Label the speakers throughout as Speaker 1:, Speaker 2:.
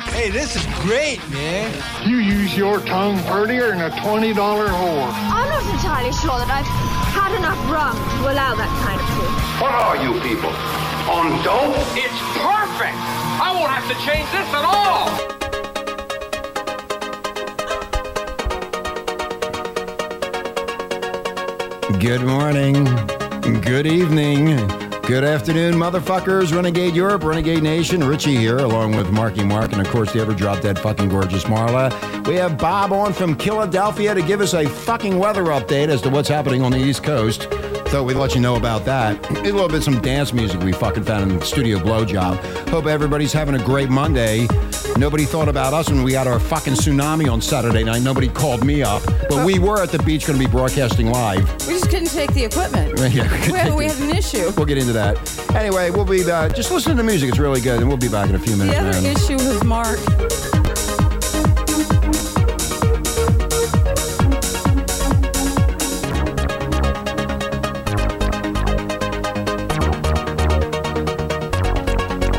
Speaker 1: Hey, this is great, man.
Speaker 2: You use your tongue prettier than a $20 whore.
Speaker 3: I'm not entirely sure that I've had enough rum to allow that kind of thing.
Speaker 4: What are you people? On dope?
Speaker 5: It's perfect. I won't have to change this at all.
Speaker 6: Good morning. Good evening. Good afternoon, motherfuckers. Renegade Europe, Renegade Nation. Richie here, along with Marky Mark, and of course, the ever drop dead fucking gorgeous Marla. We have Bob on from Philadelphia to give us a fucking weather update as to what's happening on the East Coast. Thought we'd let you know about that. A little bit some dance music we fucking found in the studio blowjob. Hope everybody's having a great Monday. Nobody thought about us when we had our fucking tsunami on Saturday night. Nobody called me up, but we were at the beach going to be broadcasting live.
Speaker 7: We just couldn't take the equipment.
Speaker 6: Yeah, we couldn't
Speaker 7: we,
Speaker 6: take
Speaker 7: we
Speaker 6: the-
Speaker 7: had an issue.
Speaker 6: We'll get into that. Anyway, we'll be uh, just listening to music. It's really good, and we'll be back in a few
Speaker 7: The
Speaker 6: minutes.
Speaker 7: other
Speaker 6: man.
Speaker 7: issue was Mark.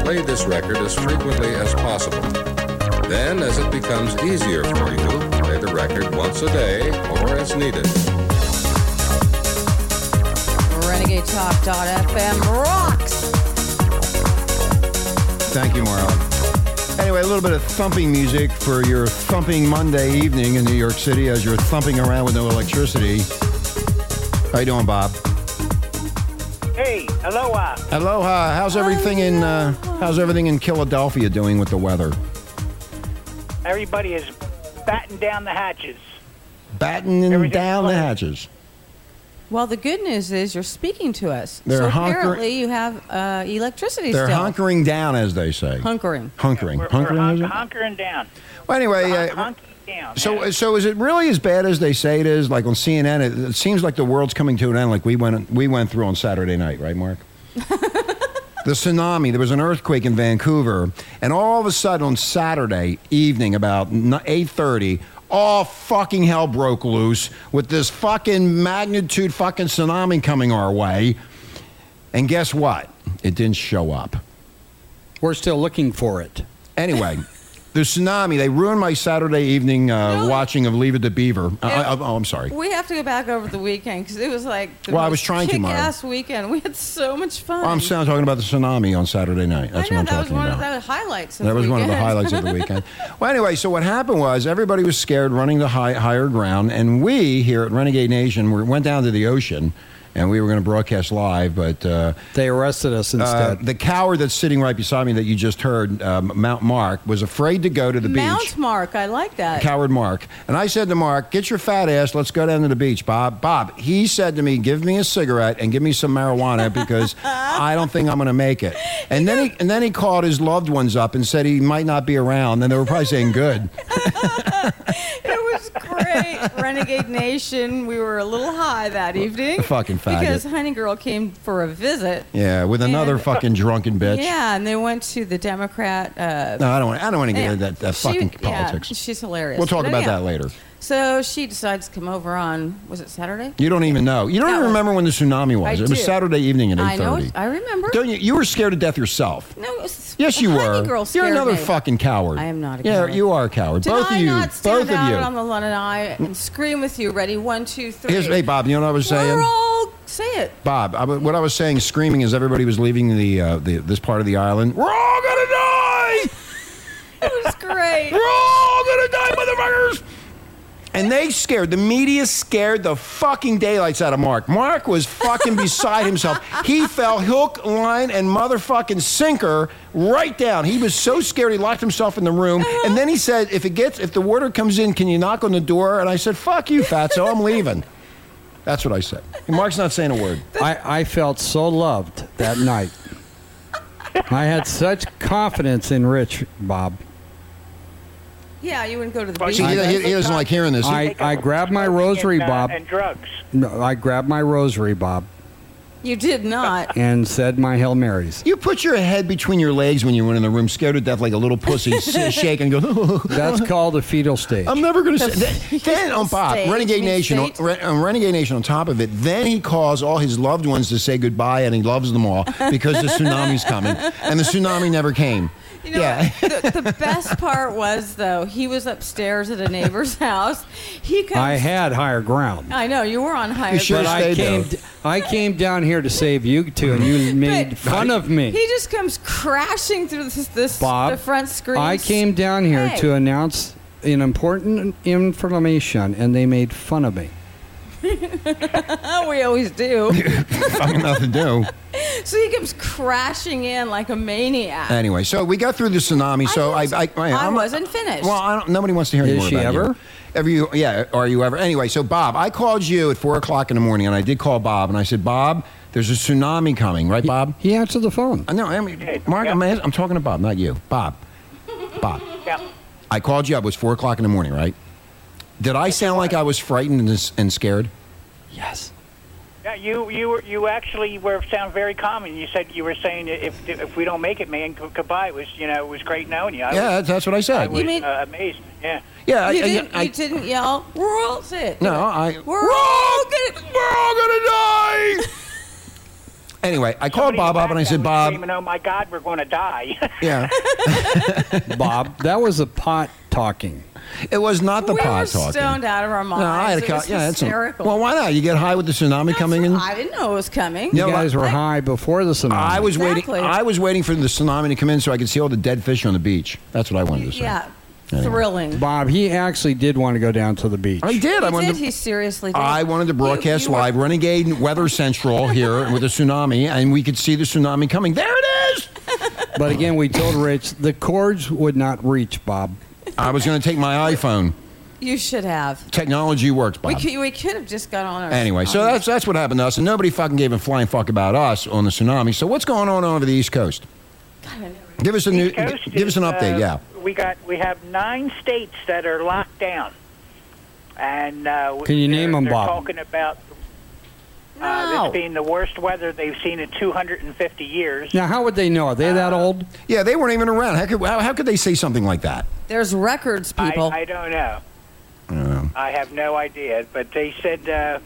Speaker 8: Play this record as frequently as possible. Then, as it becomes easier for you, play the record once a day or as needed.
Speaker 7: RenegadeTalk.fm rocks.
Speaker 6: Thank you, Marla. Anyway, a little bit of thumping music for your thumping Monday evening in New York City as you're thumping around with no electricity. How you doing, Bob?
Speaker 9: Hey, uh, aloha.
Speaker 6: Aloha. How's everything in uh, How's everything in Philadelphia doing with the weather?
Speaker 9: Everybody is batting down the hatches.
Speaker 6: Battening
Speaker 9: Everything's
Speaker 6: down the
Speaker 9: fine.
Speaker 6: hatches.
Speaker 7: Well, the good news is you're speaking to us.
Speaker 6: They're
Speaker 7: so
Speaker 6: hunker-
Speaker 7: apparently you have uh, electricity
Speaker 6: They're
Speaker 7: still.
Speaker 6: hunkering down, as they say.
Speaker 7: Hunkering.
Speaker 6: Hunkering.
Speaker 9: We're,
Speaker 6: hunkering.
Speaker 9: we're hon-
Speaker 6: is it?
Speaker 9: honkering down.
Speaker 6: well, anyway,
Speaker 9: Hon-
Speaker 6: uh,
Speaker 9: honking down.
Speaker 6: So,
Speaker 9: yeah.
Speaker 6: so is it really as bad as they say it is? Like on CNN, it, it seems like the world's coming to an end. Like we went, we went through on Saturday night, right, Mark? the tsunami. There was an earthquake in Vancouver, and all of a sudden on Saturday evening, about eight thirty, all fucking hell broke loose with this fucking magnitude fucking tsunami coming our way. And guess what? It didn't show up.
Speaker 10: We're still looking for it.
Speaker 6: Anyway, the tsunami, they ruined my Saturday evening uh,
Speaker 7: Really?
Speaker 6: watching of Leave It to Beaver. I- I-
Speaker 7: Yeah.
Speaker 6: oh, I'm sorry.
Speaker 7: We have to go back over the weekend because it was like the
Speaker 6: Well, I
Speaker 7: most
Speaker 6: was trying to, Mara.
Speaker 7: kick-ass weekend. We had so much fun.
Speaker 6: Oh, I'm, still talking about the tsunami on Saturday night. That's
Speaker 7: I know
Speaker 6: what I'm
Speaker 7: that was
Speaker 6: talking
Speaker 7: one
Speaker 6: about.
Speaker 7: of the highlights. Of
Speaker 6: that
Speaker 7: the
Speaker 6: was one of the
Speaker 7: weekend.
Speaker 6: highlights of the weekend. Well, anyway, so what happened was everybody was scared running to high, higher ground, and we here at Renegade Nation we went down to the ocean, and we were going to broadcast live, but uh,
Speaker 10: They arrested us
Speaker 6: uh,
Speaker 10: instead.
Speaker 6: the coward that's sitting right beside me that you just heard, uh, Mount Mark, was afraid to go to the beach.
Speaker 7: Mount Mark. I like that.
Speaker 6: Coward Mark. And I said to Mark, get your fat ass, let's go down to the beach, Bob. Bob, he said to me, give me a cigarette and give me some marijuana because I don't think I'm going to make it. And then he and then he called his loved ones up and said he might not be around and they were probably saying good.
Speaker 7: It was great. Renegade Nation. We were a little high that evening.
Speaker 6: fucking faggot.
Speaker 7: Because Honey Girl came for a visit.
Speaker 6: Yeah, with another
Speaker 7: And-
Speaker 6: fucking drunken bitch.
Speaker 7: Yeah, and they went to the Democrat. Uh,
Speaker 6: No, I don't want I don't want to get
Speaker 7: yeah.
Speaker 6: into that, that
Speaker 7: She-
Speaker 6: fucking
Speaker 7: yeah,
Speaker 6: politics.
Speaker 7: she's hilarious.
Speaker 6: We'll talk
Speaker 7: But
Speaker 6: about
Speaker 7: anyhow,
Speaker 6: that later.
Speaker 7: So she decides to come over on was it Saturday?
Speaker 6: You don't even know. You don't
Speaker 7: No,
Speaker 6: even
Speaker 7: it-
Speaker 6: remember when the tsunami was.
Speaker 7: I
Speaker 6: it
Speaker 7: do.
Speaker 6: was Saturday evening at 8:30.
Speaker 7: I know. I remember.
Speaker 6: Don't you you were scared to death yourself.
Speaker 7: no, it was,
Speaker 6: Yes, you
Speaker 7: Honey
Speaker 6: were.
Speaker 7: Girl
Speaker 6: You're
Speaker 7: scared
Speaker 6: another
Speaker 7: me.
Speaker 6: fucking coward.
Speaker 7: I am not a
Speaker 6: yeah,
Speaker 7: coward.
Speaker 6: you are a coward.
Speaker 7: Did
Speaker 6: both
Speaker 7: I
Speaker 6: of you.
Speaker 7: not stand
Speaker 6: both
Speaker 7: out
Speaker 6: of you.
Speaker 7: on the London Eye and scream with you? Ready? One, two, three.
Speaker 6: Here's, hey, Bob. You know what I was saying?
Speaker 7: We're all say it.
Speaker 6: Bob, I, what I was saying, screaming as everybody was leaving the, uh, the this part of the island. We're all gonna die.
Speaker 7: It was great.
Speaker 6: We're all gonna die, motherfuckers. And they scared the media scared the fucking daylights out of Mark. Mark was fucking beside himself. He fell hook, line, and motherfucking sinker right down. He was so scared he locked himself in the room. And then he said, "If it gets, if the water comes in, can you knock on the door?" And I said, "Fuck you, fatso, I'm leaving." That's what I said. And Mark's not saying a word.
Speaker 10: I, I felt so loved that night. I had such confidence in Rich, Bob.
Speaker 7: Yeah, you wouldn't go to the
Speaker 9: Well,
Speaker 7: beach.
Speaker 6: uh, See, he, he- he doesn't like hearing this.
Speaker 10: I-
Speaker 9: Take a look at
Speaker 10: grabbed my
Speaker 9: smoking
Speaker 10: rosary,
Speaker 9: and, uh,
Speaker 10: Bob.
Speaker 9: And drugs.
Speaker 10: No, I grabbed my rosary, Bob,
Speaker 7: you did not.
Speaker 10: and said my Hail Marys.
Speaker 6: you put your head between your legs when you went in the room, scared to death like a little pussy, s- shake and go.
Speaker 10: That's called the fetal stage.
Speaker 6: I'm never going to say. Th- Then on Bob,
Speaker 7: State,
Speaker 6: Renegade
Speaker 7: you mean
Speaker 6: Nation, on,
Speaker 7: state?
Speaker 6: Re- on Renegade Nation. On top of it, then he calls all his loved ones to say goodbye, and he loves them all because the tsunami's coming, and the tsunami never came.
Speaker 7: You know,
Speaker 6: Yeah.
Speaker 7: the, the best part was though he was upstairs at a neighbor's house. He comes.
Speaker 10: I had higher ground.
Speaker 7: I know you were on higher.
Speaker 6: You should've
Speaker 10: But
Speaker 7: ground.
Speaker 10: I
Speaker 6: stayed
Speaker 10: came,
Speaker 6: there.
Speaker 10: d- I came down here to save you two, and you made
Speaker 7: But-
Speaker 10: fun of me.
Speaker 7: He just comes crashing through this, this
Speaker 10: Bob,
Speaker 7: the front screen.
Speaker 10: I came down here
Speaker 7: Hey.
Speaker 10: to announce an important information, and they made fun of me.
Speaker 7: Oh, we always do.
Speaker 6: Fucking nothing to do.
Speaker 7: so he comes crashing in like a maniac.
Speaker 6: Anyway, so we got through the tsunami. So I,
Speaker 7: wasn't-
Speaker 6: I, I,
Speaker 7: I
Speaker 6: I'm-
Speaker 7: wasn't finished.
Speaker 6: Well, I don't, nobody wants to hear
Speaker 10: Is
Speaker 6: anymore
Speaker 10: she
Speaker 6: about
Speaker 10: ever?
Speaker 6: you. Ever you? Yeah. Are you ever? Anyway, so Bob, I called you at four o'clock in the morning, and I did call Bob, and I said, Bob, there's a tsunami coming, right, Bob?
Speaker 10: He answered the phone.
Speaker 6: Uh, No, I mean, Mark, I'm, I'm talking to Bob, not you. Bob, Bob.
Speaker 9: Yeah.
Speaker 6: I called you up. It was four o'clock in the morning, right? Did I sound like I was frightened and, s- and scared?
Speaker 10: Yes.
Speaker 9: Yeah, you you were you actually were sound very calm, and you said you were saying if if we don't make it, man, g- goodbye. It was you know it was great knowing you. I
Speaker 6: yeah, that's,
Speaker 9: was,
Speaker 6: that's what I
Speaker 9: I
Speaker 6: said.
Speaker 9: was
Speaker 7: You mean-
Speaker 9: uh, amazed. Yeah.
Speaker 6: yeah,
Speaker 7: you,
Speaker 6: I, I-
Speaker 7: didn't,
Speaker 6: I-
Speaker 7: you didn't yell. Rules it.
Speaker 6: no, I.
Speaker 7: We're all gonna.
Speaker 6: We're all gonna die. anyway, I called
Speaker 9: Somebody in the
Speaker 6: Bob up and I
Speaker 9: background
Speaker 6: said,
Speaker 9: was
Speaker 6: Bob,
Speaker 9: Screaming, oh my God, we're going to die.
Speaker 6: yeah,
Speaker 10: Bob, that was a pot talking.
Speaker 6: it was not the
Speaker 7: we
Speaker 6: pot
Speaker 7: were
Speaker 6: talking.
Speaker 7: stoned out of our minds.
Speaker 6: No, I had a
Speaker 7: it
Speaker 6: co-
Speaker 7: was
Speaker 6: yeah, it's a-
Speaker 7: hysterical.
Speaker 6: well, why not? You get high with the tsunami coming in.
Speaker 7: I didn't know it was coming.
Speaker 6: No,
Speaker 10: You
Speaker 6: but-
Speaker 10: guys were high before the tsunami.
Speaker 6: I was
Speaker 7: Exactly.
Speaker 6: waiting. I was waiting for the tsunami to come in so I could see all the dead fish on the beach. That's what I wanted to say.
Speaker 7: yeah,
Speaker 6: Anyway.
Speaker 7: thrilling.
Speaker 10: Bob, he actually did want to go down to the beach.
Speaker 6: I did. I
Speaker 7: He
Speaker 6: wanted.
Speaker 7: did.
Speaker 6: To,
Speaker 7: He seriously did.
Speaker 6: I wanted to
Speaker 7: You-
Speaker 6: broadcast
Speaker 7: you were-
Speaker 6: live, Renegade Weather Central here with a tsunami, and we could see the tsunami coming. There it is.
Speaker 10: But again, we told Rich the cords would not reach Bob.
Speaker 6: I was going to take my iPhone.
Speaker 7: You should have.
Speaker 6: Technology works, Bob.
Speaker 7: We could, we could have just got on our
Speaker 6: Anyway, so that's that's what happened to us, and nobody fucking gave a flying fuck about us on the tsunami. So what's going on over the East Coast? Give us a new,
Speaker 9: East Coast
Speaker 6: give us an
Speaker 9: is,
Speaker 6: update.
Speaker 9: uh,
Speaker 6: yeah,
Speaker 9: We got we have nine states that are locked down, and uh,
Speaker 10: Can you
Speaker 9: they're-
Speaker 10: name 'em,
Speaker 9: they're
Speaker 10: Bob?
Speaker 9: Talking about uh,
Speaker 7: No.
Speaker 9: this being the worst weather they've seen in 250 years.
Speaker 10: Now, how would they know? Are they that old?
Speaker 6: yeah, they weren't even around. How could how, how could they say something like that?
Speaker 7: There's records,
Speaker 9: I,
Speaker 7: people.
Speaker 9: I don't know.
Speaker 6: Uh,
Speaker 9: I have no idea, but they said uh,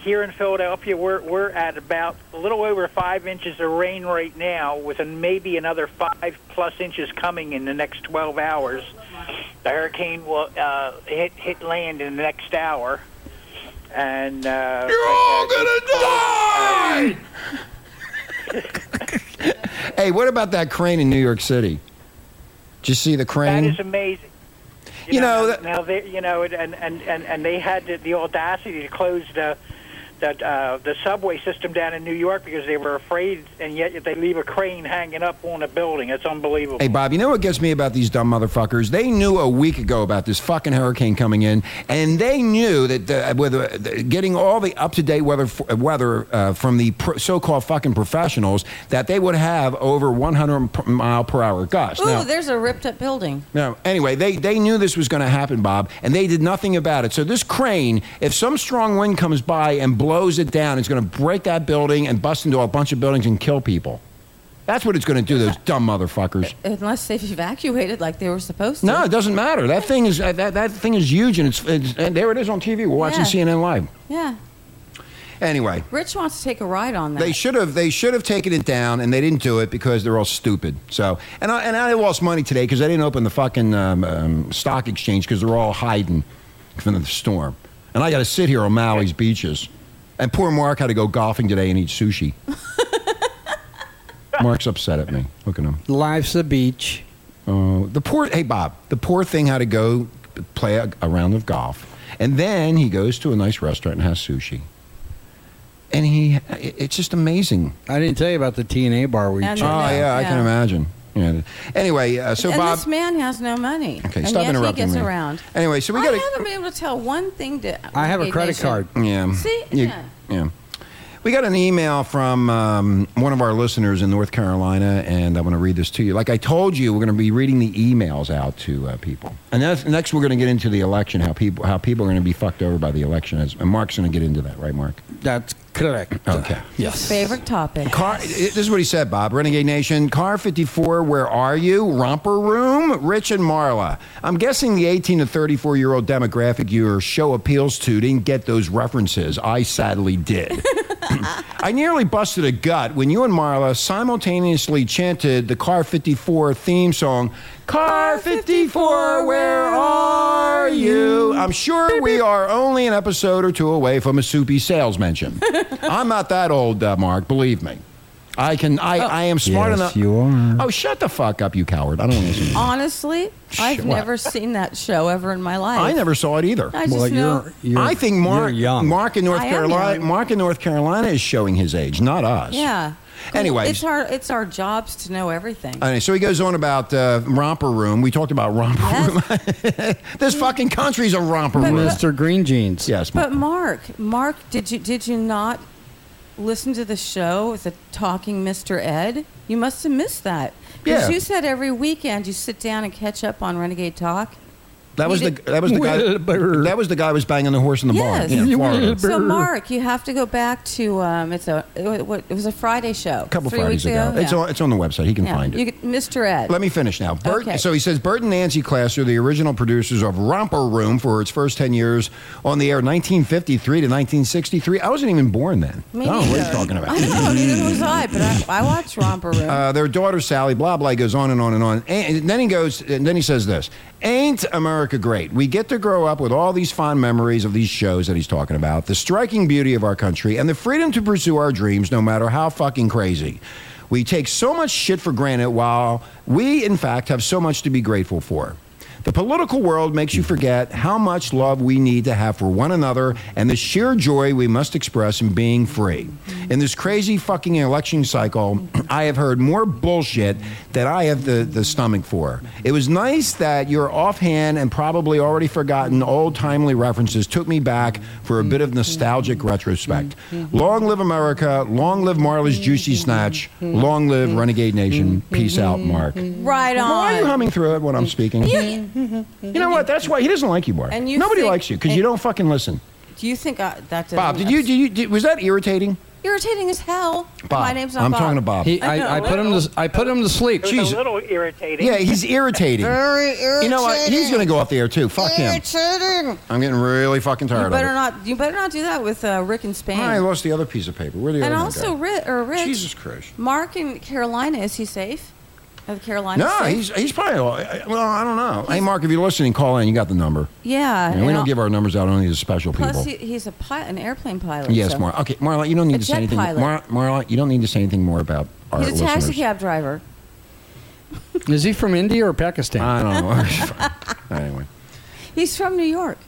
Speaker 9: here in Philadelphia we're we're at about a little over five inches of rain right now, with an, maybe another five plus inches coming in the next 12 hours. The hurricane will uh, hit hit land in the next hour, and uh,
Speaker 6: You're all gonna die. hey, what about that crane in New York City? Did you see the crane?
Speaker 9: That is amazing.
Speaker 6: You know, that-
Speaker 9: now they, you know, and and and, and they had the, the audacity to close the the uh, the subway system down in New York because they were afraid, and yet they leave a crane hanging up on a building. It's unbelievable.
Speaker 6: Hey, Bob, you know what gets me about these dumb motherfuckers? They knew a week ago about this fucking hurricane coming in, and they knew that uh, with, uh, getting all the up to date weather, f- weather uh, from the pro- so called fucking professionals that they would have over 100 p- mile per hour gusts.
Speaker 7: Ooh,
Speaker 6: Now-
Speaker 7: there's a ripped up building.
Speaker 6: no. Anyway, they, they knew this was going to happen, Bob, and they did nothing about it. So this crane, if some strong wind comes by and blows it down, it's going to break that building and bust into a bunch of buildings and kill people. That's what it's going to do. Those dumb motherfuckers.
Speaker 7: Unless they've evacuated like they were supposed to.
Speaker 6: No, it doesn't matter. That thing is that, that thing is huge, and it's, it's and there it is on TV. We're watching
Speaker 7: Yeah.
Speaker 6: CNN live.
Speaker 7: Yeah.
Speaker 6: Anyway,
Speaker 7: Rich wants to take a ride on that.
Speaker 6: they should have they should have taken it down, and they didn't do it because they're all stupid. So, and I, and I lost money today because I didn't open the fucking um, um, stock exchange because they're all hiding from the storm, and I got to sit here on Maui's beaches, and poor Mark had to go golfing today and eat sushi. Mark's upset at me. Look at him.
Speaker 10: Life's a beach.
Speaker 6: Uh, the poor, hey Bob, the poor thing had to go play a, a round of golf, and then he goes to a nice restaurant and has sushi. And he, it- it's just amazing.
Speaker 10: I didn't tell you about the TNA bar we
Speaker 7: And-
Speaker 10: checked.
Speaker 6: oh
Speaker 7: Yeah,
Speaker 6: yeah, I can
Speaker 7: yeah.
Speaker 6: imagine. Yeah. Anyway, uh, so
Speaker 7: and
Speaker 6: Bob.
Speaker 7: this man has no money.
Speaker 6: okay,
Speaker 7: and
Speaker 6: stop
Speaker 7: yet
Speaker 6: interrupting
Speaker 7: he gets
Speaker 6: me.
Speaker 7: around.
Speaker 6: Anyway, so we got
Speaker 7: I haven't been able to tell one thing to.
Speaker 10: I have a
Speaker 7: Renegade
Speaker 10: credit
Speaker 7: Nation.
Speaker 10: card.
Speaker 6: Yeah.
Speaker 7: See?
Speaker 6: You-
Speaker 7: Yeah.
Speaker 6: yeah. We got an email from um, one of our listeners in North Carolina, and I want to read this to you. Like I told you, we're going to be reading the emails out to uh, people. And that's, next, we're going to get into the election, how people how people are going to be fucked over by the election. As, and Mark's going to get into that, right, Mark?
Speaker 10: That's correct.
Speaker 6: Okay.
Speaker 10: Yes.
Speaker 7: Favorite topic.
Speaker 6: Car, this is what he said, Bob. Renegade Nation, Car 54, where are you? Romper Room, Rich and Marla. I'm guessing the 18 to 34 year old demographic your show appeals to didn't get those references. I sadly did. I nearly busted a gut when you and Marla simultaneously chanted the Car 54 theme song. Car 54, where are you? I'm sure we are only an episode or two away from a soupy sales mention. I'm not that old, uh, Mark. Believe me. I can.
Speaker 7: Oh.
Speaker 6: I. I am smart
Speaker 10: Yes,
Speaker 6: enough.
Speaker 10: you are.
Speaker 6: Oh, shut the fuck up, you coward! I don't want to listen to you.
Speaker 7: Honestly, I've
Speaker 6: Shut up.
Speaker 7: never seen that show ever in my life.
Speaker 6: I never saw it either.
Speaker 7: I just know.
Speaker 10: you're, you're.
Speaker 6: I think Mark,
Speaker 10: You're young.
Speaker 6: Mark in North
Speaker 7: I am
Speaker 6: Carolina,
Speaker 7: young.
Speaker 6: Mark in North Carolina is showing his age, not us.
Speaker 7: Yeah.
Speaker 6: Anyways.
Speaker 7: it's our it's our jobs to know everything.
Speaker 6: All right, so he goes on about uh, romper room. We talked about romper room. this fucking country's a romper room.
Speaker 10: Mr. Green Jeans.
Speaker 6: yes,
Speaker 7: But Mark, Mark, did you did you not listen to the show with the talking Mr. Ed? You must have missed that. Because
Speaker 6: Yeah.
Speaker 7: you said every weekend you sit down and catch up on Renegade Talk.
Speaker 6: that was the
Speaker 7: you
Speaker 6: that was the guy
Speaker 10: Well, but-
Speaker 6: that was the guy who was banging the horse in the barn
Speaker 7: Yes.
Speaker 6: in Florida.
Speaker 7: So
Speaker 10: Brr.
Speaker 7: Mark, you have to go back to um, it's a it, wa- it was a Friday show.
Speaker 6: A couple
Speaker 7: three
Speaker 6: Fridays
Speaker 7: weeks
Speaker 6: ago, it's
Speaker 7: Yeah.
Speaker 6: on it's on the website. He can
Speaker 7: Yeah.
Speaker 6: find it.
Speaker 7: You could- Mr. Ed.
Speaker 6: Let me finish now. Bert,
Speaker 7: Okay.
Speaker 6: So he says Bert and Nancy Klass are the original producers of Romper Room for its first 10 years on the air, 1953 to 1963. I wasn't even born then. I don't
Speaker 7: Me
Speaker 6: know what
Speaker 7: neither.
Speaker 6: he's talking about.
Speaker 7: I know, neither was I, but I, I watched Romper Room.
Speaker 6: Uh, their daughter Sally, blah blah, he goes on and on and on. And then he goes, and then he says this: "Ain't America great? We get to grow up with all these fond memories of these shows that he's talking about, the striking beauty of our country, and the freedom to pursue our dreams, no matter how fucking crazy." We take so much shit for granted while we, in fact, have so much to be grateful for. The political world makes you forget how much love we need to have for one another and the sheer joy we must express in being free. In this crazy fucking election cycle, I have heard more bullshit that I have the, the stomach for. It was nice that your offhand and probably already forgotten old timely references took me back for a bit of nostalgic retrospect. Long live America. Long live Marla's Juicy Snatch. Long live Renegade Nation. Peace out, Mark.
Speaker 7: right on.
Speaker 6: Why are you humming through it when I'm speaking? You know what? That's why he doesn't like you, Mark.
Speaker 7: And you
Speaker 6: Nobody
Speaker 7: think-
Speaker 6: likes you because you
Speaker 7: and-
Speaker 6: don't fucking listen.
Speaker 7: Do you think I, that doesn't
Speaker 6: Bob, did you, did you did, was that irritating?
Speaker 7: irritating as hell?
Speaker 6: Bob,
Speaker 7: My name's not
Speaker 6: I'm
Speaker 7: Bob.
Speaker 6: talking to Bob.
Speaker 10: He, I, I put him to. I put him to sleep.
Speaker 6: Jeez.
Speaker 2: It's a little irritating.
Speaker 6: yeah, he's irritating.
Speaker 7: Very irritating.
Speaker 6: You know what? He's going to go off the air too. Fuck him.
Speaker 7: Irritating.
Speaker 6: I'm getting really fucking
Speaker 7: You
Speaker 6: tired of
Speaker 7: better
Speaker 6: it.
Speaker 7: not. You better not do that with uh, Rick and Spain.
Speaker 6: I lost the other piece of paper. Where the
Speaker 7: and
Speaker 6: other one
Speaker 7: also,
Speaker 6: go?
Speaker 7: Rick or Rick.
Speaker 6: Jesus Christ.
Speaker 7: Mark in Carolina. Is he safe? Are the Carolina.
Speaker 6: No,
Speaker 7: safe?
Speaker 6: he's he's probably I- I- well. I don't know. Hey, Mark, if you're listening, call in. You got the number.
Speaker 7: Yeah.
Speaker 6: And we
Speaker 7: and
Speaker 6: don't
Speaker 7: al-
Speaker 6: give our numbers out only to special people.
Speaker 7: Plus, he, he's a pi- an airplane pilot.
Speaker 6: yes,
Speaker 7: so.
Speaker 6: Marla. Okay, Marla, you don't need
Speaker 7: A
Speaker 6: to say
Speaker 7: jet
Speaker 6: anything.
Speaker 7: pilot.
Speaker 6: Mar- Marla, you don't need to say anything more about our
Speaker 7: He's a
Speaker 6: listeners.
Speaker 7: taxi cab driver.
Speaker 10: Is he from India or Pakistan?
Speaker 6: I don't know. anyway.
Speaker 7: He's from New York.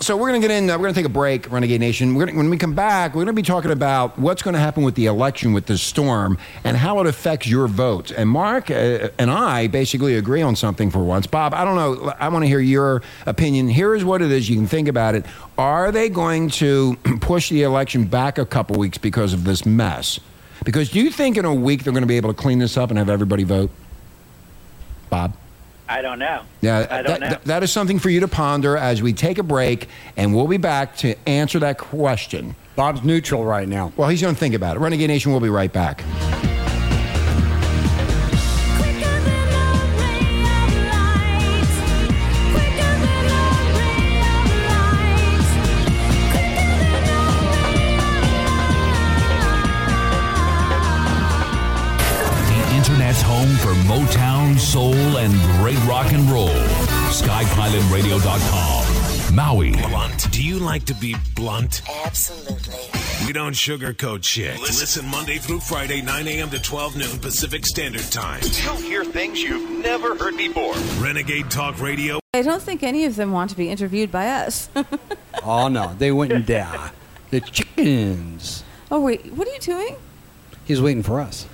Speaker 6: So we're going to get in. Uh, we're going to take a break, Renegade Nation. We're gonna, when we come back, we're going to be talking about what's going to happen with the election, with the storm, and how it affects your vote. And Mark uh, and I basically agree on something for once. Bob, I don't know. I want to hear your opinion. Here is what it is. You can think about it. Are they going to push the election back a couple weeks because of this mess? Because do you think in a week they're going to be able to clean this up and have everybody vote? Bob.
Speaker 9: I don't know.
Speaker 6: Yeah,
Speaker 9: I
Speaker 6: that,
Speaker 9: don't know.
Speaker 6: that- that is something for you to ponder as we take a break, and we'll be back to answer that question.
Speaker 10: Bob's neutral right now.
Speaker 6: Well, he's going to think about it. Renegade Nation will be right back.
Speaker 11: The internet's home for Motown, soul, and great rock and roll. SkyPilotRadio.com. Maui.
Speaker 12: Blunt. Do you like to be blunt?
Speaker 13: Absolutely.
Speaker 12: We don't sugarcoat shit. Listen Monday through Friday, 9 a.m. to 12 noon Pacific Standard Time.
Speaker 5: You'll hear things you've never heard before.
Speaker 12: Renegade Talk Radio.
Speaker 7: I don't think any of them want to be interviewed by us.
Speaker 10: Oh no, they went and down. The chickens.
Speaker 7: oh wait, what are you doing?
Speaker 10: He's waiting for us.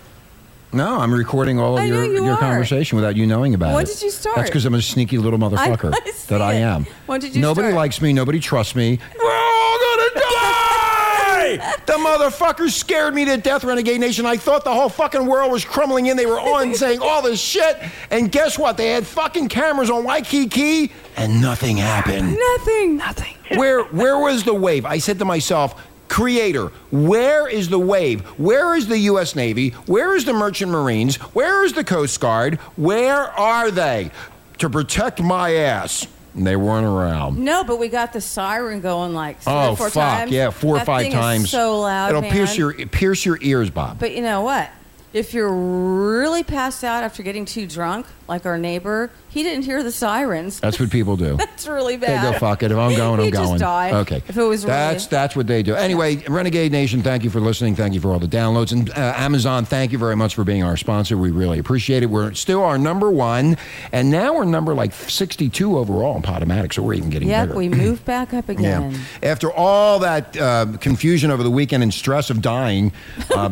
Speaker 6: No, I'm recording all of
Speaker 7: I
Speaker 6: your,
Speaker 7: know you
Speaker 6: your
Speaker 7: are.
Speaker 6: conversation without you knowing about
Speaker 7: When
Speaker 6: it.
Speaker 7: did you start?
Speaker 6: That's because I'm a sneaky little motherfucker
Speaker 7: I see
Speaker 6: that I
Speaker 7: it.
Speaker 6: am.
Speaker 7: When did you
Speaker 6: Nobody
Speaker 7: start?
Speaker 6: likes me. Nobody trusts me. We're all going to die! the motherfucker scared me to death, Renegade Nation. I thought the whole fucking world was crumbling in. They were on saying all this shit. And guess what? They had fucking cameras on Waikiki, and nothing happened.
Speaker 7: Nothing. Nothing.
Speaker 6: Where where was the wave? I said to myself, Creator, where is the wave? Where is the U.S. Navy? Where is the Merchant Marines? Where is the Coast Guard? Where are they to protect my ass? And they weren't around.
Speaker 7: No, but we got the siren going like three
Speaker 6: oh
Speaker 7: or four
Speaker 6: fuck!
Speaker 7: times.
Speaker 6: Yeah, four or
Speaker 7: That
Speaker 6: five
Speaker 7: thing is
Speaker 6: times.
Speaker 7: so loud.
Speaker 6: It'll pierce
Speaker 7: man.
Speaker 6: your pierce your ears, Bob.
Speaker 7: But you know what? If you're really passed out after getting too drunk, like our neighbor, he didn't hear the sirens.
Speaker 6: That's what people do.
Speaker 7: That's really
Speaker 6: They
Speaker 7: bad.
Speaker 6: go fuck it. If I'm going, I'm
Speaker 7: He'd
Speaker 6: going.
Speaker 7: just die
Speaker 6: Okay.
Speaker 7: if it was really-
Speaker 6: that's that's what they do. Anyway, Renegade Nation, thank you for listening. Thank you for all the downloads and uh, Amazon. Thank you very much for being our sponsor. We really appreciate it. We're still our number one, and now we're number like 62 overall in Potomatic, so we're even getting
Speaker 7: Yep,
Speaker 6: better.
Speaker 7: we moved back up again.
Speaker 6: After all that uh, confusion over the weekend and stress of dying, uh,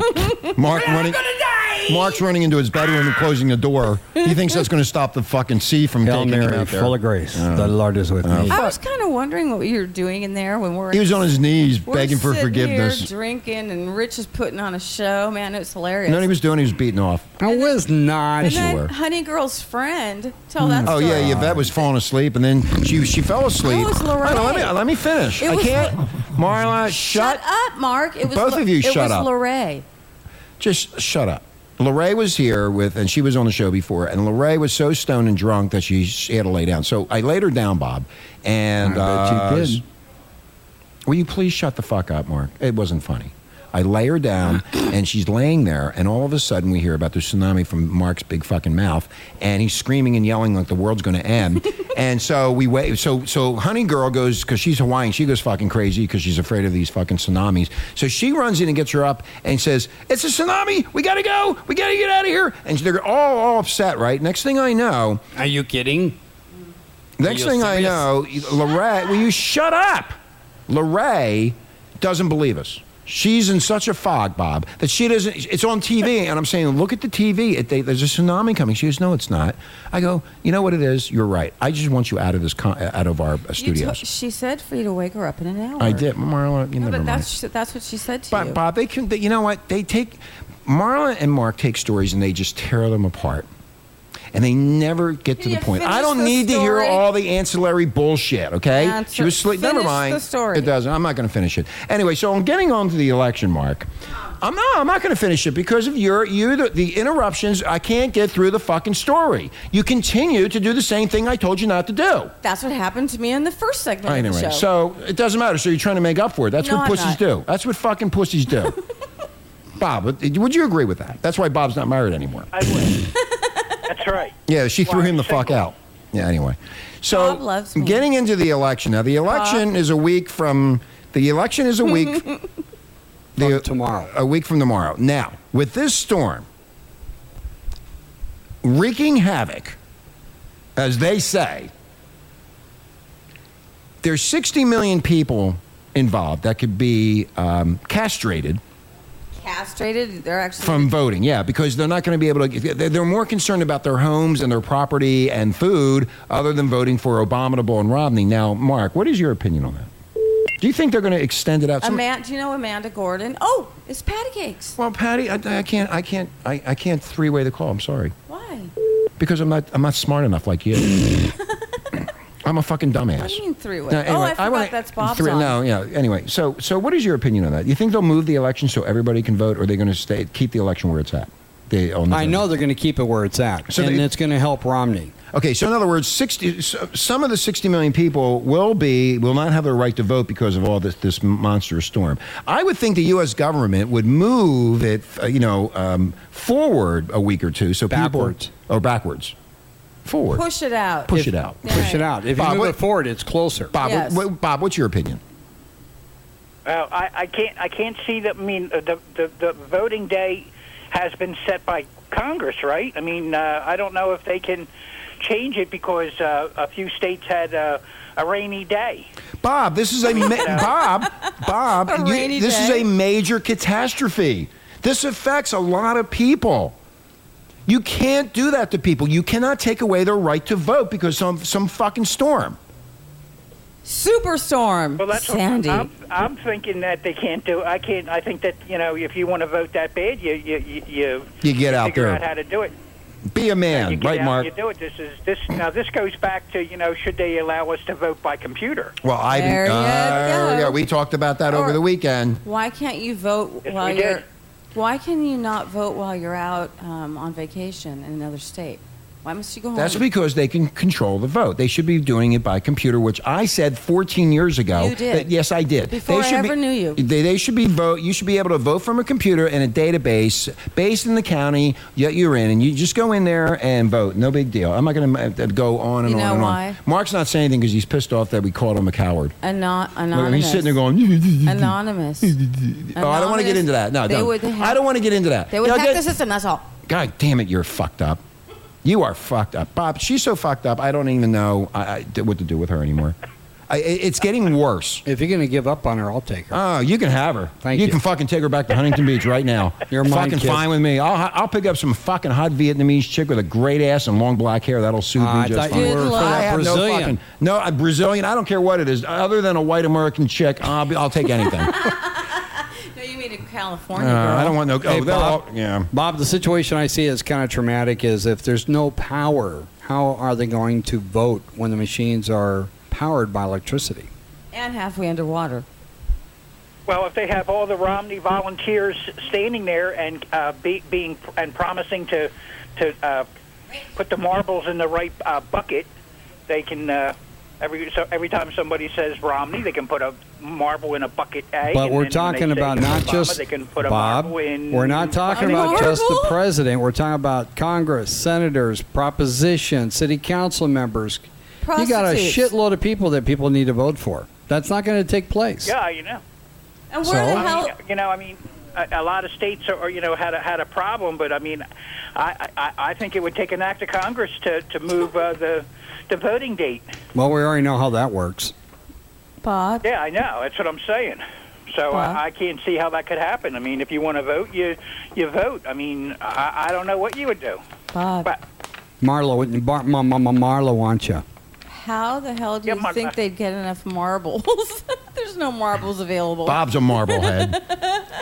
Speaker 6: Mark running. Mark's running into his bedroom and closing the door. He thinks that's going to stop the fucking sea from
Speaker 10: Hail
Speaker 6: taking him
Speaker 10: Mary,
Speaker 6: out there. Uh,
Speaker 10: full of grace. the Lord is with me.
Speaker 7: I was kind of wondering what you were doing in there when we were.
Speaker 6: He was on his knees
Speaker 7: we're
Speaker 6: begging for
Speaker 7: sitting here
Speaker 6: forgiveness.
Speaker 7: drinking, and Rich is putting on a show. Man, it was hilarious.
Speaker 6: You know what he was doing? He was beating off.
Speaker 10: I was not.
Speaker 7: and then Honey Girl's friend, tell that
Speaker 6: Oh
Speaker 7: story.
Speaker 6: yeah, Yvette was falling asleep, and then she she fell asleep.
Speaker 7: was Lorraine.
Speaker 6: Hold on, let me let me finish.
Speaker 7: It
Speaker 6: I
Speaker 7: was
Speaker 6: can't, Marla. Shut,
Speaker 7: Shut up, Mark. It was
Speaker 6: Both
Speaker 7: Lo-
Speaker 6: of you
Speaker 7: it
Speaker 6: shut
Speaker 7: was
Speaker 6: up.
Speaker 7: Lorraine.
Speaker 6: just shut up. Lorraine was here with, and she was on the show before, and Lorraine was so stoned and drunk that she, she had to lay down. So I laid her down, Bob, and
Speaker 10: I bet you
Speaker 6: uh,
Speaker 10: did.
Speaker 6: Will you please shut the fuck up, Mark? It wasn't funny. I lay her down, and she's laying there, and all of a sudden we hear about the tsunami from Mark's big fucking mouth, and he's screaming and yelling like the world's going to end. and so we wait. So so Honey Girl goes because she's Hawaiian. She goes fucking crazy because she's afraid of these fucking tsunamis. So she runs in and gets her up and says, "It's a tsunami. We gotta go. We gotta get out of here." And they're all all upset, right? Next thing I know,
Speaker 13: Are you kidding?
Speaker 6: Next
Speaker 13: You're
Speaker 6: thing I
Speaker 13: serious?
Speaker 6: know, Lorray, will you shut up? Lorray doesn't believe us. She's in such a fog, Bob, that she doesn't. It's on TV, and I'm saying, look at the TV. It, they, there's a tsunami coming. She goes, no, it's not. I go, you know what it is? You're right. I just want you out of this, con- out of our uh,
Speaker 7: You to-
Speaker 6: studios.
Speaker 7: she said for you to wake her up in an hour.
Speaker 6: I did, Marla. You
Speaker 7: No,
Speaker 6: never
Speaker 7: but
Speaker 6: mind.
Speaker 7: that's that's what she said to you.
Speaker 6: But Bob, they can. They, you know what? They take Marla and Mark take stories and they just tear them apart, and they never get to
Speaker 7: Can
Speaker 6: the
Speaker 7: you
Speaker 6: point. I
Speaker 7: finish
Speaker 6: don't
Speaker 7: the
Speaker 6: need to hear
Speaker 7: story?
Speaker 6: all the ancillary bullshit. Okay,
Speaker 7: Answer-
Speaker 6: she was sleep. Never
Speaker 7: finish
Speaker 6: mind.
Speaker 7: the story.
Speaker 6: It doesn't. I'm not going to finish it anyway. So I'm getting on to the election, Mark. I'm not. I'm not going to finish it because of your you the, the interruptions. I can't get through the fucking story. You continue to do the same thing I told you not to do.
Speaker 7: That's what happened to me in the first segment of the
Speaker 6: Anyway,
Speaker 7: show.
Speaker 6: so it doesn't matter. So you're trying to make up for it. That's
Speaker 7: No,
Speaker 6: what
Speaker 7: I'm
Speaker 6: pussies
Speaker 7: not.
Speaker 6: do. That's what fucking pussies do. Bob, would would you agree with that? That's why Bob's not married anymore.
Speaker 9: That's right.
Speaker 6: Yeah, she threw him the fuck out. Yeah, anyway. So
Speaker 7: Bob loves me.
Speaker 6: getting into the election. Now the election is a week from the election is a week the, tomorrow. A week from tomorrow. Now, with this storm wreaking havoc, as they say, there's 60 million people involved that could be um, castrated
Speaker 7: castrated. They're actually
Speaker 6: from voting. Yeah, because they're not going to be able to. They're they're more concerned about their homes and their property and food, other than voting for Abominable and Romney. Now, Mark, what is your opinion on that? Do you think they're going to extend it out? Some-
Speaker 7: Amanda. Do you know Amanda Gordon? Oh, it's patty cakes.
Speaker 6: Well, Patty, I, I can't, I can't, I, I can't three-way the call. I'm sorry,
Speaker 7: Why?
Speaker 6: because I'm not, I'm not smart enough like you. I'm a fucking dumbass.
Speaker 7: What do you mean three-way?
Speaker 6: No,
Speaker 7: oh,
Speaker 6: anyway,
Speaker 7: I forgot
Speaker 6: wanna-
Speaker 7: that's Bob's
Speaker 6: three-
Speaker 7: on.
Speaker 6: No, yeah. Anyway, so so what is your opinion on that? You think they'll move the election so everybody can vote, or are they going to stay keep the election where it's at? They on the
Speaker 10: I know they're going to keep it where it's at,
Speaker 6: So
Speaker 10: and
Speaker 6: they-
Speaker 10: it's going to help Romney.
Speaker 6: Okay, so in other words, 60, so- some of the 60 million people will be will not have their right to vote because of all this this monstrous storm. I would think the U.S. government would move it, uh, you know, um, forward a week or two, so
Speaker 10: Backwards.
Speaker 6: people, or backwards, forward,
Speaker 7: Push it out.
Speaker 6: push it out.
Speaker 10: Push it out. If
Speaker 6: Bob,
Speaker 10: you move
Speaker 6: what-
Speaker 10: it forward, it's closer.
Speaker 6: Bob,
Speaker 7: Yes.
Speaker 6: what- what- Bob, what's your opinion?
Speaker 9: Well, I, I can't. I can't see that. I mean, uh, the, the the voting day has been set by Congress, right? I mean, uh, I don't know if they can change it because uh, a few states had uh, a rainy day.
Speaker 6: Bob, this is a ma- Bob, Bob,
Speaker 7: A
Speaker 6: you-
Speaker 7: rainy
Speaker 6: this is
Speaker 7: day.
Speaker 6: a major catastrophe. This affects a lot of people. You can't do that to people. You cannot take away their right to vote because some some fucking storm.
Speaker 7: Superstorm.
Speaker 9: Well, that's
Speaker 7: Sandy.
Speaker 9: What I'm, I'm thinking that they can't do. I can't. I think that you know, if you want to vote that bad, you you you, you
Speaker 6: You get out
Speaker 9: figure
Speaker 6: there.
Speaker 9: out how to do it.
Speaker 6: Be a
Speaker 9: you
Speaker 6: man,
Speaker 9: get
Speaker 6: right,
Speaker 9: out,
Speaker 6: Mark?
Speaker 9: You do it. This is this. Now this goes back to you know, should they allow us to vote by computer?
Speaker 6: Well, I uh,
Speaker 7: There you go.
Speaker 6: yeah, we talked about that over
Speaker 7: Or-
Speaker 6: the weekend.
Speaker 7: Why can't you vote
Speaker 9: Yes,
Speaker 7: while
Speaker 9: we did.
Speaker 7: you're? Why can you not vote while you're out um, on vacation in another state? Why must she go home?
Speaker 6: That's because they can control the vote. They should be doing it by computer, which I said 14 years ago.
Speaker 7: You did.
Speaker 6: that- yes, I did.
Speaker 7: Before I
Speaker 6: should
Speaker 7: ever
Speaker 6: be,
Speaker 7: knew you.
Speaker 6: They, they should be vote. You should be able to vote from a computer in a database based in the county that you're in, and you just go in there and vote. No big deal. I'm not going to go on and
Speaker 7: You
Speaker 6: on
Speaker 7: know
Speaker 6: and
Speaker 7: why?
Speaker 6: on. Mark's not saying anything because he's pissed off that we called him a coward.
Speaker 7: Ano-
Speaker 6: Look,
Speaker 7: anonymous.
Speaker 6: He's sitting there going.
Speaker 7: Anonymous.
Speaker 6: Oh, I don't want to get into that. No,
Speaker 7: They
Speaker 6: don't.
Speaker 7: would ha-
Speaker 6: I don't want to get into that.
Speaker 7: They would
Speaker 6: Yeah,
Speaker 7: hack
Speaker 6: get-
Speaker 7: the system. That's all.
Speaker 6: God damn it, you're fucked up. You are fucked up, Bob. She's so fucked up. I don't even know I, I, what to do with her anymore. I, it- it's getting worse.
Speaker 10: If you're going to give up on her, I'll take her.
Speaker 6: Oh, you can have her.
Speaker 10: Thank you.
Speaker 6: can fucking take her back to Huntington Beach right now.
Speaker 10: You're mine,
Speaker 6: fucking
Speaker 10: kid.
Speaker 6: fine with me. I'll, I'll pick up some fucking hot Vietnamese chick with a great ass and long black hair. That'll suit
Speaker 10: Ah,
Speaker 6: me
Speaker 10: I
Speaker 6: just
Speaker 10: thought
Speaker 6: fine.
Speaker 10: you were Good for luck.
Speaker 6: I have no
Speaker 10: Brazilian.
Speaker 6: fucking no a Brazilian. I don't care what it is. Other than a white American chick, I'll, be, I'll take anything.
Speaker 7: No, you mean in California.
Speaker 6: Uh, I don't want no. Oh,
Speaker 10: Hey,
Speaker 6: they'll all-
Speaker 10: Bob,
Speaker 6: yeah.
Speaker 10: Bob, the situation I see is kind of traumatic. Is if there's no power, how are they going to vote when the machines are powered by electricity?
Speaker 7: And halfway underwater.
Speaker 9: Well, if they have all the Romney volunteers standing there and uh, be, being and promising to to uh, put the marbles in the right uh, bucket, they can. Uh, Every, so every time somebody says Romney, they can put a marble in a bucket A.
Speaker 10: But
Speaker 9: and
Speaker 10: we're
Speaker 9: then when they
Speaker 10: talking
Speaker 9: say
Speaker 10: about not
Speaker 9: Obama,
Speaker 10: just
Speaker 9: they can put a
Speaker 10: Bob.
Speaker 9: marble in
Speaker 10: We're not talking
Speaker 9: Romney.
Speaker 10: about just the
Speaker 7: Marble?
Speaker 10: president. We're talking about Congress, senators, proposition, city council members. You got a
Speaker 7: Prostitutes.
Speaker 10: shitload of people that people need to vote for. That's not going to take place.
Speaker 9: Yeah, you know.
Speaker 7: And where
Speaker 10: So?
Speaker 7: the
Speaker 9: I
Speaker 7: hell?
Speaker 9: mean, you know, I mean, a, a lot of states are, you know, had a, had a problem, but I mean, I, I, I think it would take an act of Congress to to move uh, the the voting date.
Speaker 10: Well, we already know how that works.
Speaker 7: Bob.
Speaker 9: Yeah, I know. That's what I'm saying. So uh,
Speaker 7: Wow.
Speaker 9: I, I can't see how that could happen. I mean, if you want to vote, you you vote. I mean, I, I don't know what you would do.
Speaker 7: Bob.
Speaker 9: But
Speaker 10: Marlo, Bar, Ma- Ma- Ma- Marlo, wants you.
Speaker 7: How the hell do
Speaker 9: Yeah,
Speaker 7: you
Speaker 9: my-
Speaker 7: think
Speaker 9: my-
Speaker 7: they'd get enough marbles? There's no marbles available.
Speaker 6: Bob's a marblehead.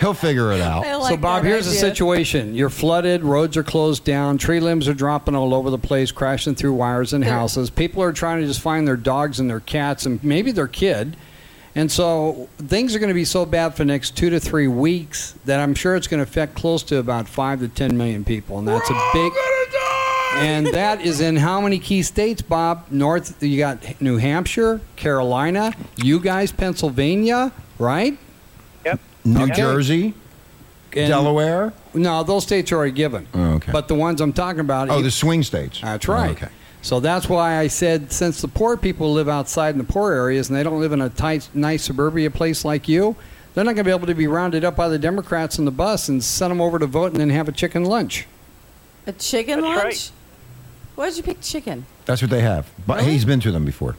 Speaker 6: He'll figure it out.
Speaker 7: I
Speaker 10: so,
Speaker 7: like
Speaker 10: Bob,
Speaker 7: that
Speaker 10: here's the
Speaker 7: idea.
Speaker 10: situation. You're flooded, roads are closed down, tree limbs are dropping all over the place, crashing through wires and
Speaker 7: Sure.
Speaker 10: houses. People are trying to just find their dogs and their cats and maybe their kid. And so things are going to be so bad for the next two to three weeks that I'm sure it's going to affect close to about five to 10 million people. And that's a big. And that is in how many key states, Bob? North, you got New Hampshire, Carolina, you guys, Pennsylvania, right?
Speaker 9: yep.
Speaker 6: New
Speaker 10: Okay.
Speaker 6: Jersey,
Speaker 10: And-
Speaker 6: Delaware.
Speaker 10: No, those states are already given.
Speaker 6: Oh, okay.
Speaker 10: But the ones I'm talking about.
Speaker 6: Oh, the swing states.
Speaker 10: that's right.
Speaker 6: Okay.
Speaker 10: So that's why I said since the poor people live outside in the poor areas and they don't live in a tight, nice suburbia place like you, they're not going to be able to be rounded up by the Democrats on the bus and send them over to vote and then have a chicken lunch.
Speaker 7: A chicken
Speaker 9: That's
Speaker 7: lunch?
Speaker 9: right.
Speaker 7: Why'd you pick chicken?
Speaker 6: That's what they have. But
Speaker 7: Really?
Speaker 6: he's been to them before.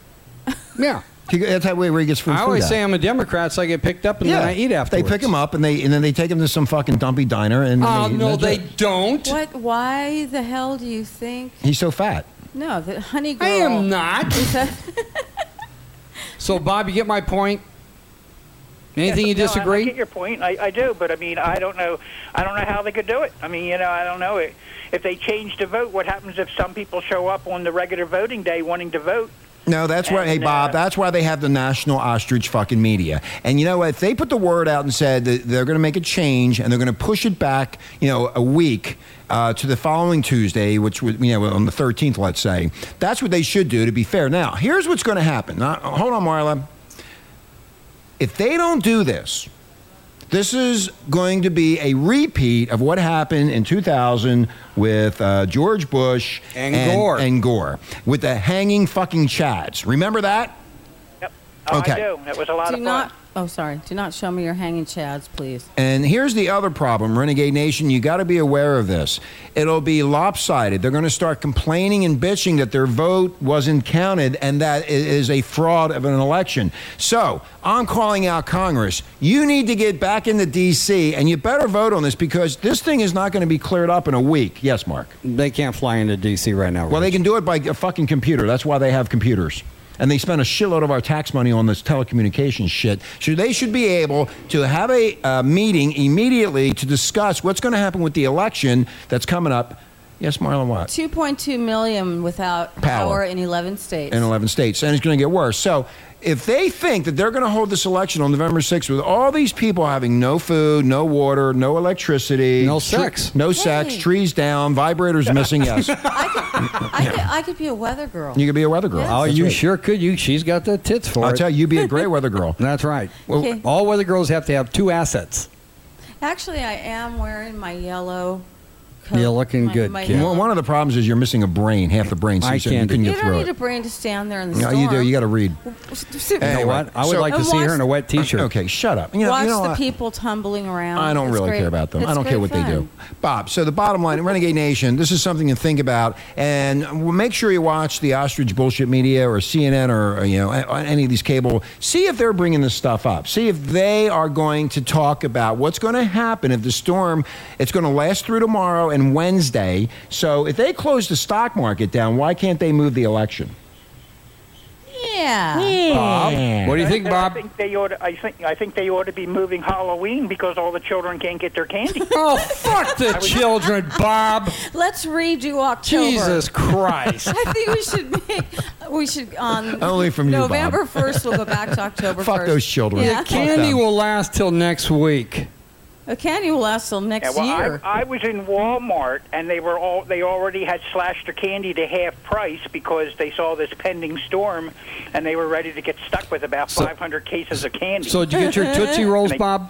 Speaker 10: Yeah.
Speaker 6: He, that's how where he gets free
Speaker 10: I always
Speaker 6: food
Speaker 10: say
Speaker 6: at.
Speaker 10: I'm a Democrat, so I get picked up and then I eat afterwards.
Speaker 6: They pick him up and they and then they take him to some fucking dumpy diner and.
Speaker 10: Oh,
Speaker 6: and
Speaker 10: no,
Speaker 6: that's
Speaker 10: they
Speaker 6: it.
Speaker 10: don't.
Speaker 7: What? Why the hell do you think?
Speaker 6: He's so fat.
Speaker 7: No, that honey girl.
Speaker 10: I am not. so, Bob, you get my point? Anything you
Speaker 9: No, I- I,
Speaker 10: disagree?
Speaker 9: get your point. I, I do, but I mean, I don't know. I don't know how they could do it. I mean, you know, I don't know it. If they change the vote, what happens if some people show up on the regular voting day wanting to vote?
Speaker 6: No, that's why.
Speaker 9: And,
Speaker 6: Hey, Bob,
Speaker 9: uh,
Speaker 6: that's why they have the national ostrich fucking media. And you know what? If they put the word out and said that they're going to make a change and they're going to push it back, you know, a week uh, to the following Tuesday, which would, you know, on the 13th, let's say, that's what they should do. To be fair. Now, here's what's going to happen. Now, hold on, Marla. If they don't do this, this is going to be a repeat of what happened in 2000 with uh, George Bush
Speaker 10: And Gore.
Speaker 6: and Gore with the hanging fucking chads. Remember that?
Speaker 9: Yep. Oh,
Speaker 6: Okay.
Speaker 9: I do. That was a lot
Speaker 7: Do
Speaker 9: of fun.
Speaker 7: not. Oh, sorry. Do not show me your hanging chads, please.
Speaker 6: And here's the other problem, Renegade Nation. You got to be aware of this. It'll be lopsided. They're going to start complaining and bitching that their vote wasn't counted and that it is a fraud of an election. So I'm calling out Congress. You need to get back into D.C. and you better vote on this because this thing is not going to be cleared up in a week. Yes, Mark.
Speaker 10: They can't fly into D.C. right now.
Speaker 6: Well, they
Speaker 10: Rich.
Speaker 6: can do it by a fucking computer. That's why they have computers. And they spend a shitload of our tax money on this telecommunications shit. So they should be able to have a uh, meeting immediately to discuss what's going to happen with the election that's coming up Yes, Marla, what?
Speaker 7: 2.2 million without
Speaker 6: Power.
Speaker 7: power, in 11 states.
Speaker 6: in 11 states, and it's going to get worse. So, if they think that they're going to hold this election on November 6th with all these people having no food, no water, no electricity,
Speaker 10: No
Speaker 6: tre-
Speaker 10: sex.
Speaker 6: no sex,
Speaker 7: Hey.
Speaker 6: trees down, vibrators missing, yes,
Speaker 7: I, could, I could be a weather girl.
Speaker 6: you could be a weather girl.
Speaker 10: Oh,
Speaker 6: That's
Speaker 10: you
Speaker 6: right.
Speaker 10: sure could. You, she's got the tits for
Speaker 6: I'll
Speaker 10: it.
Speaker 6: tell you, you'd be a great weather girl.
Speaker 10: Uh, That's right.
Speaker 6: Well,
Speaker 7: Okay.
Speaker 10: All weather girls have to have two assets.
Speaker 7: Actually, I am wearing my yellow coat.
Speaker 10: You're looking
Speaker 7: my,
Speaker 10: good,
Speaker 7: my
Speaker 10: kid.
Speaker 7: yellow-
Speaker 6: One one of the problems is you're missing a brain, half the brain. So
Speaker 10: I
Speaker 6: you said you
Speaker 10: can't
Speaker 6: couldn't
Speaker 7: you
Speaker 6: get
Speaker 7: don't
Speaker 6: through
Speaker 7: need a
Speaker 6: it.
Speaker 7: brain to stand there in the
Speaker 6: No,
Speaker 7: storm.
Speaker 6: you do. You got to read.
Speaker 10: You know
Speaker 6: Anyway,
Speaker 10: what? I would
Speaker 6: so-
Speaker 10: like to
Speaker 7: And
Speaker 10: see her in a
Speaker 7: watch-
Speaker 10: wet T-shirt.
Speaker 6: Okay, shut up. You know,
Speaker 7: Watch
Speaker 6: you know
Speaker 7: the
Speaker 6: what?
Speaker 7: people tumbling around.
Speaker 6: I don't
Speaker 7: It's
Speaker 6: really
Speaker 7: great-
Speaker 6: care about them. I
Speaker 7: it's
Speaker 6: don't care what
Speaker 7: great
Speaker 6: they do.
Speaker 7: fun.
Speaker 6: Bob, so the bottom line, Renegade Nation, this is something to think about. And w- make sure you watch the ostrich bullshit media or CNN or, uh, you know, a- a- any of these cable. See if they're bringing this stuff up. See if they are going to talk about what's going to happen if the storm, it's going to last through tomorrow and Wednesday. So if they close the stock market down, why can't they move the election?
Speaker 7: Yeah.
Speaker 10: Bob, what do you think,
Speaker 9: I
Speaker 10: Bob?
Speaker 9: think they ought. To, I think. I think they ought to be moving Halloween because all the children can't get their candy.
Speaker 10: Oh, fuck the children, Bob.
Speaker 7: Let's redo October.
Speaker 10: Jesus Christ.
Speaker 7: I think we should make. We should on
Speaker 6: Only from you, Bob.
Speaker 7: November first. We'll go back to October.
Speaker 6: Fuck
Speaker 7: 1st.
Speaker 6: those children.
Speaker 7: Yeah.
Speaker 6: Fuck
Speaker 10: Candy
Speaker 6: them.
Speaker 10: will last till next week.
Speaker 7: A candy will last till
Speaker 9: Yeah,
Speaker 7: next
Speaker 9: well,
Speaker 7: year.
Speaker 9: I, I was in Walmart and they were all they already had slashed their candy to half price because they saw this pending storm, and they were ready to get stuck with about 500 cases of candy.
Speaker 10: So, did you get your Tootsie Rolls, Bob?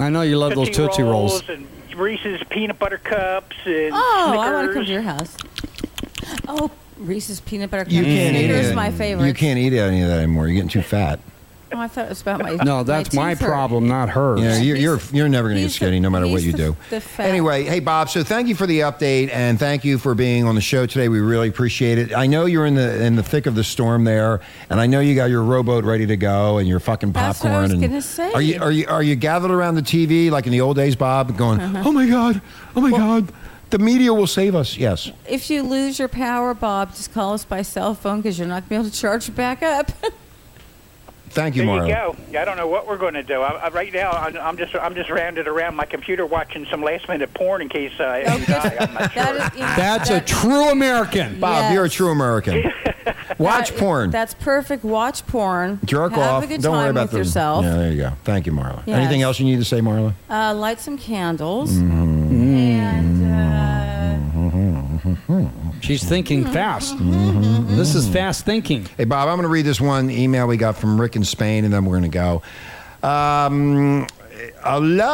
Speaker 10: I know you love those Tootsie Rolls.
Speaker 9: and Reese's peanut butter cups and
Speaker 7: oh, I want to
Speaker 9: Snickers.
Speaker 7: come to your house. Oh, Reese's peanut butter
Speaker 6: You
Speaker 7: cups.
Speaker 6: can't eat
Speaker 7: Snickers
Speaker 6: it.
Speaker 7: my favorite.
Speaker 6: You can't eat any of that anymore. You're getting too fat.
Speaker 7: Oh, I thought it was about my.
Speaker 10: No, that's my,
Speaker 7: teeth hurt.
Speaker 10: problem, not hers.
Speaker 6: Yeah, you're, you're, you're never going to get
Speaker 7: he's the-
Speaker 6: skinny no matter what
Speaker 7: he's
Speaker 6: you
Speaker 7: the-
Speaker 6: do.
Speaker 7: the fat.
Speaker 6: anyway, hey, Bob, so thank you for the update and thank you for being on the show today. We really appreciate it. I know you're in the in the thick of the storm there, and I know you got your rowboat ready to go and your fucking
Speaker 7: That's
Speaker 6: popcorn.
Speaker 7: what I was
Speaker 6: and-
Speaker 7: gonna say.
Speaker 6: Are you, are, you, are you gathered around the TV like in the old days, Bob, going,
Speaker 7: Uh-huh.
Speaker 6: oh my God, oh my God, the media will save us? Yes.
Speaker 7: If you lose your power, Bob, just call us by cell phone because you're not going to be able to charge it back up.
Speaker 6: Thank you,
Speaker 9: There
Speaker 6: Marla.
Speaker 9: you go. Yeah, I don't know what we're going to do. I, I, right now, I'm, I'm just I'm just rounded around my computer watching some last minute porn in case I
Speaker 7: Okay.
Speaker 9: die. I'm
Speaker 7: That
Speaker 9: not sure.
Speaker 7: is, you know,
Speaker 10: That's a
Speaker 7: that-
Speaker 10: true American.
Speaker 6: Bob,
Speaker 7: Yes.
Speaker 6: you're a true American. Watch
Speaker 7: that-
Speaker 6: porn.
Speaker 7: That's perfect. Watch porn.
Speaker 6: Jerk
Speaker 7: Have
Speaker 6: off.
Speaker 7: a good
Speaker 6: Don't
Speaker 7: time
Speaker 6: worry about
Speaker 7: with
Speaker 6: the-
Speaker 7: yourself.
Speaker 6: Yeah, there you go. Thank you, Marla.
Speaker 7: Yes.
Speaker 6: Anything else you need to say, Marla?
Speaker 7: Uh, light some candles.
Speaker 6: Mm.
Speaker 7: And uh,
Speaker 10: She's thinking fast. This is fast thinking.
Speaker 6: Hey, Bob, I'm going to read this one email we got from Rick in Spain, and then we're going to go. Um,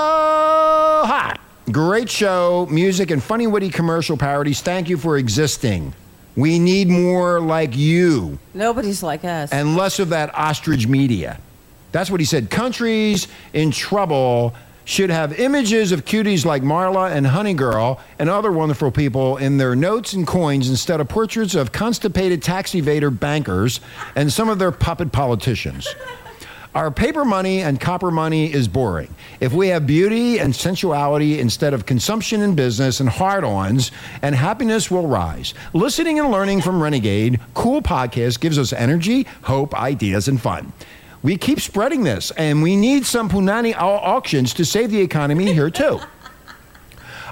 Speaker 6: aloha. Great show, music, and funny, witty commercial parodies. Thank you for existing. We need more like you
Speaker 7: nobody's like us.
Speaker 6: and less of that ostrich media. That's what he said. Countries in trouble should have images of cuties like Marla and Honey Girl and other wonderful people in their notes and coins instead of portraits of constipated tax evader bankers and some of their puppet politicians. Our paper money and copper money is boring. If we have beauty and sensuality instead of consumption and business and hard ons, and happiness will rise. Listening and learning from Renegade, cool podcast gives us energy, hope, ideas, and fun. We keep spreading this, and we need some Punani au- auctions to save the economy here, too.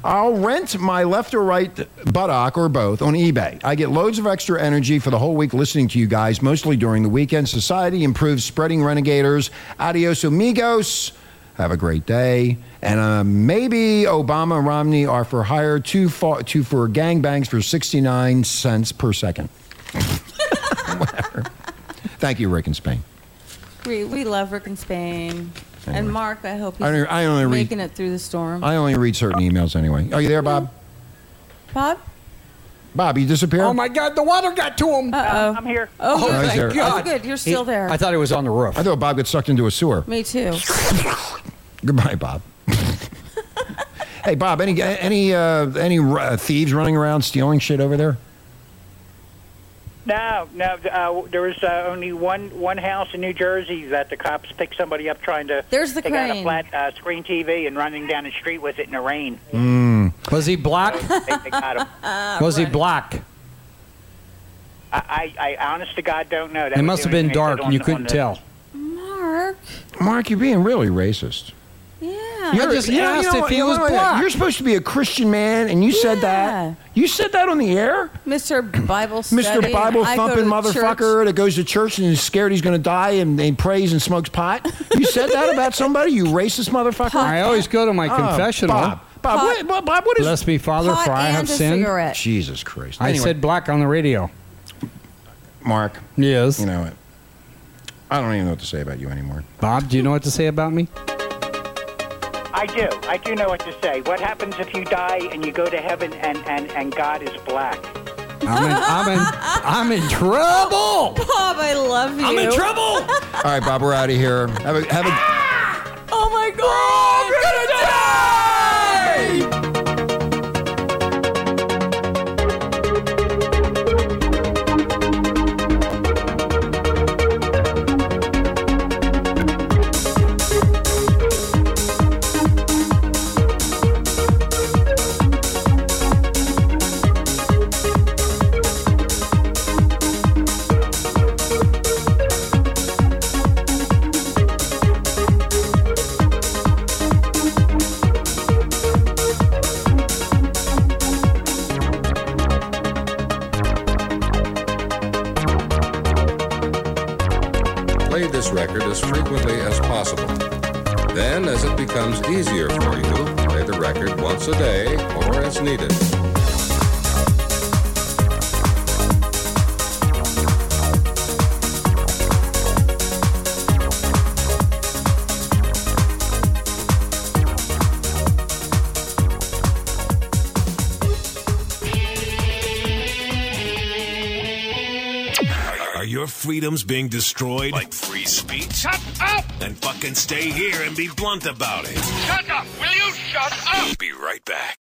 Speaker 6: I'll rent my left or right buttock or both on eBay. I get loads of extra energy for the whole week listening to you guys, mostly during the weekend. Society improves, spreading renegaders. Adios, amigos. Have a great day. And uh, maybe Obama and Romney are for hire two for, two for gangbangs for 69 cents per second. Whatever. Thank you, Rick and Spain.
Speaker 7: we, we love Rick in Spain. And Mark, I hope he's
Speaker 6: I don't- I only read-
Speaker 7: making it through the storm.
Speaker 6: I only read certain emails anyway. Are you there, Bob?
Speaker 7: Bob?
Speaker 6: Bob, you disappeared?
Speaker 10: Mm-hmm. Oh my God, the water got to him.
Speaker 7: Uh
Speaker 9: I'm here.
Speaker 10: Oh,
Speaker 7: oh. Oh,
Speaker 6: he's
Speaker 10: thank
Speaker 6: there.
Speaker 10: God.
Speaker 7: good. You're still there.
Speaker 10: I thought it was on the roof.
Speaker 6: I thought Bob got sucked into a sewer.
Speaker 7: Me too.
Speaker 6: Goodbye, Bob. hey, Bob. Any any uh, any uh, thieves running around stealing shit over there?
Speaker 9: No, no. Uh, there was uh, only one one house in New Jersey that the cops picked somebody up trying to.
Speaker 7: There's the
Speaker 9: they got a
Speaker 7: crane.
Speaker 9: flat uh, screen TV and running down the street with it in the rain.
Speaker 10: Was he black?
Speaker 9: they, they got him.
Speaker 10: Was he black?
Speaker 9: I, I, I honest to God don't know. That
Speaker 10: It
Speaker 9: was
Speaker 10: must
Speaker 9: the
Speaker 10: have
Speaker 9: only
Speaker 10: been
Speaker 9: thing they said
Speaker 10: dark
Speaker 9: on-
Speaker 10: and you
Speaker 9: on
Speaker 10: couldn't
Speaker 9: the-
Speaker 10: tell.
Speaker 7: Mark.
Speaker 6: Mark, you're being really racist.
Speaker 7: Yeah. Yeah.
Speaker 2: I just asked if he was black.
Speaker 6: You're supposed to be a Christian man, and you said that. You said that on the air,
Speaker 7: Mr. Bible study.
Speaker 6: Mr. Bible
Speaker 7: I go to
Speaker 6: thumping
Speaker 7: church.
Speaker 6: motherfucker that goes to church and is scared he's going to die and, and prays and smokes pot. You said that about somebody, you racist motherfucker.
Speaker 2: I always go to my
Speaker 6: Oh,
Speaker 2: confessional.
Speaker 6: Bob, Bob, what, Bob, Bob, what is?
Speaker 2: Bless me, Father,
Speaker 7: Pot
Speaker 2: for I have
Speaker 7: and a
Speaker 2: sinned.
Speaker 7: cigarette.
Speaker 6: Jesus Christ!
Speaker 2: I
Speaker 6: Anyway,
Speaker 2: said black on the radio.
Speaker 6: Mark.
Speaker 2: Yes.
Speaker 6: You know what? I don't even know what to say about you anymore.
Speaker 2: Bob, do you know what to say about me?
Speaker 9: I do. I do know what to say. What happens if you die and you go to heaven and, and, and God is black?
Speaker 2: I'm in, I'm in, I'm in trouble.
Speaker 7: Bob, I love you.
Speaker 2: trouble.
Speaker 6: All right, Bob, we're out of here. Have a have a.
Speaker 7: Oh my God. I'm gonna die.
Speaker 14: Play this record as frequently as possible. Then, as it becomes easier for you, play the record once a day or as needed.
Speaker 10: Are- Are your freedoms being destroyed? Like free speech?
Speaker 5: Shut up!
Speaker 10: Then fucking stay here and be blunt about it.
Speaker 5: Shut up! Will you shut up?
Speaker 10: Be right back.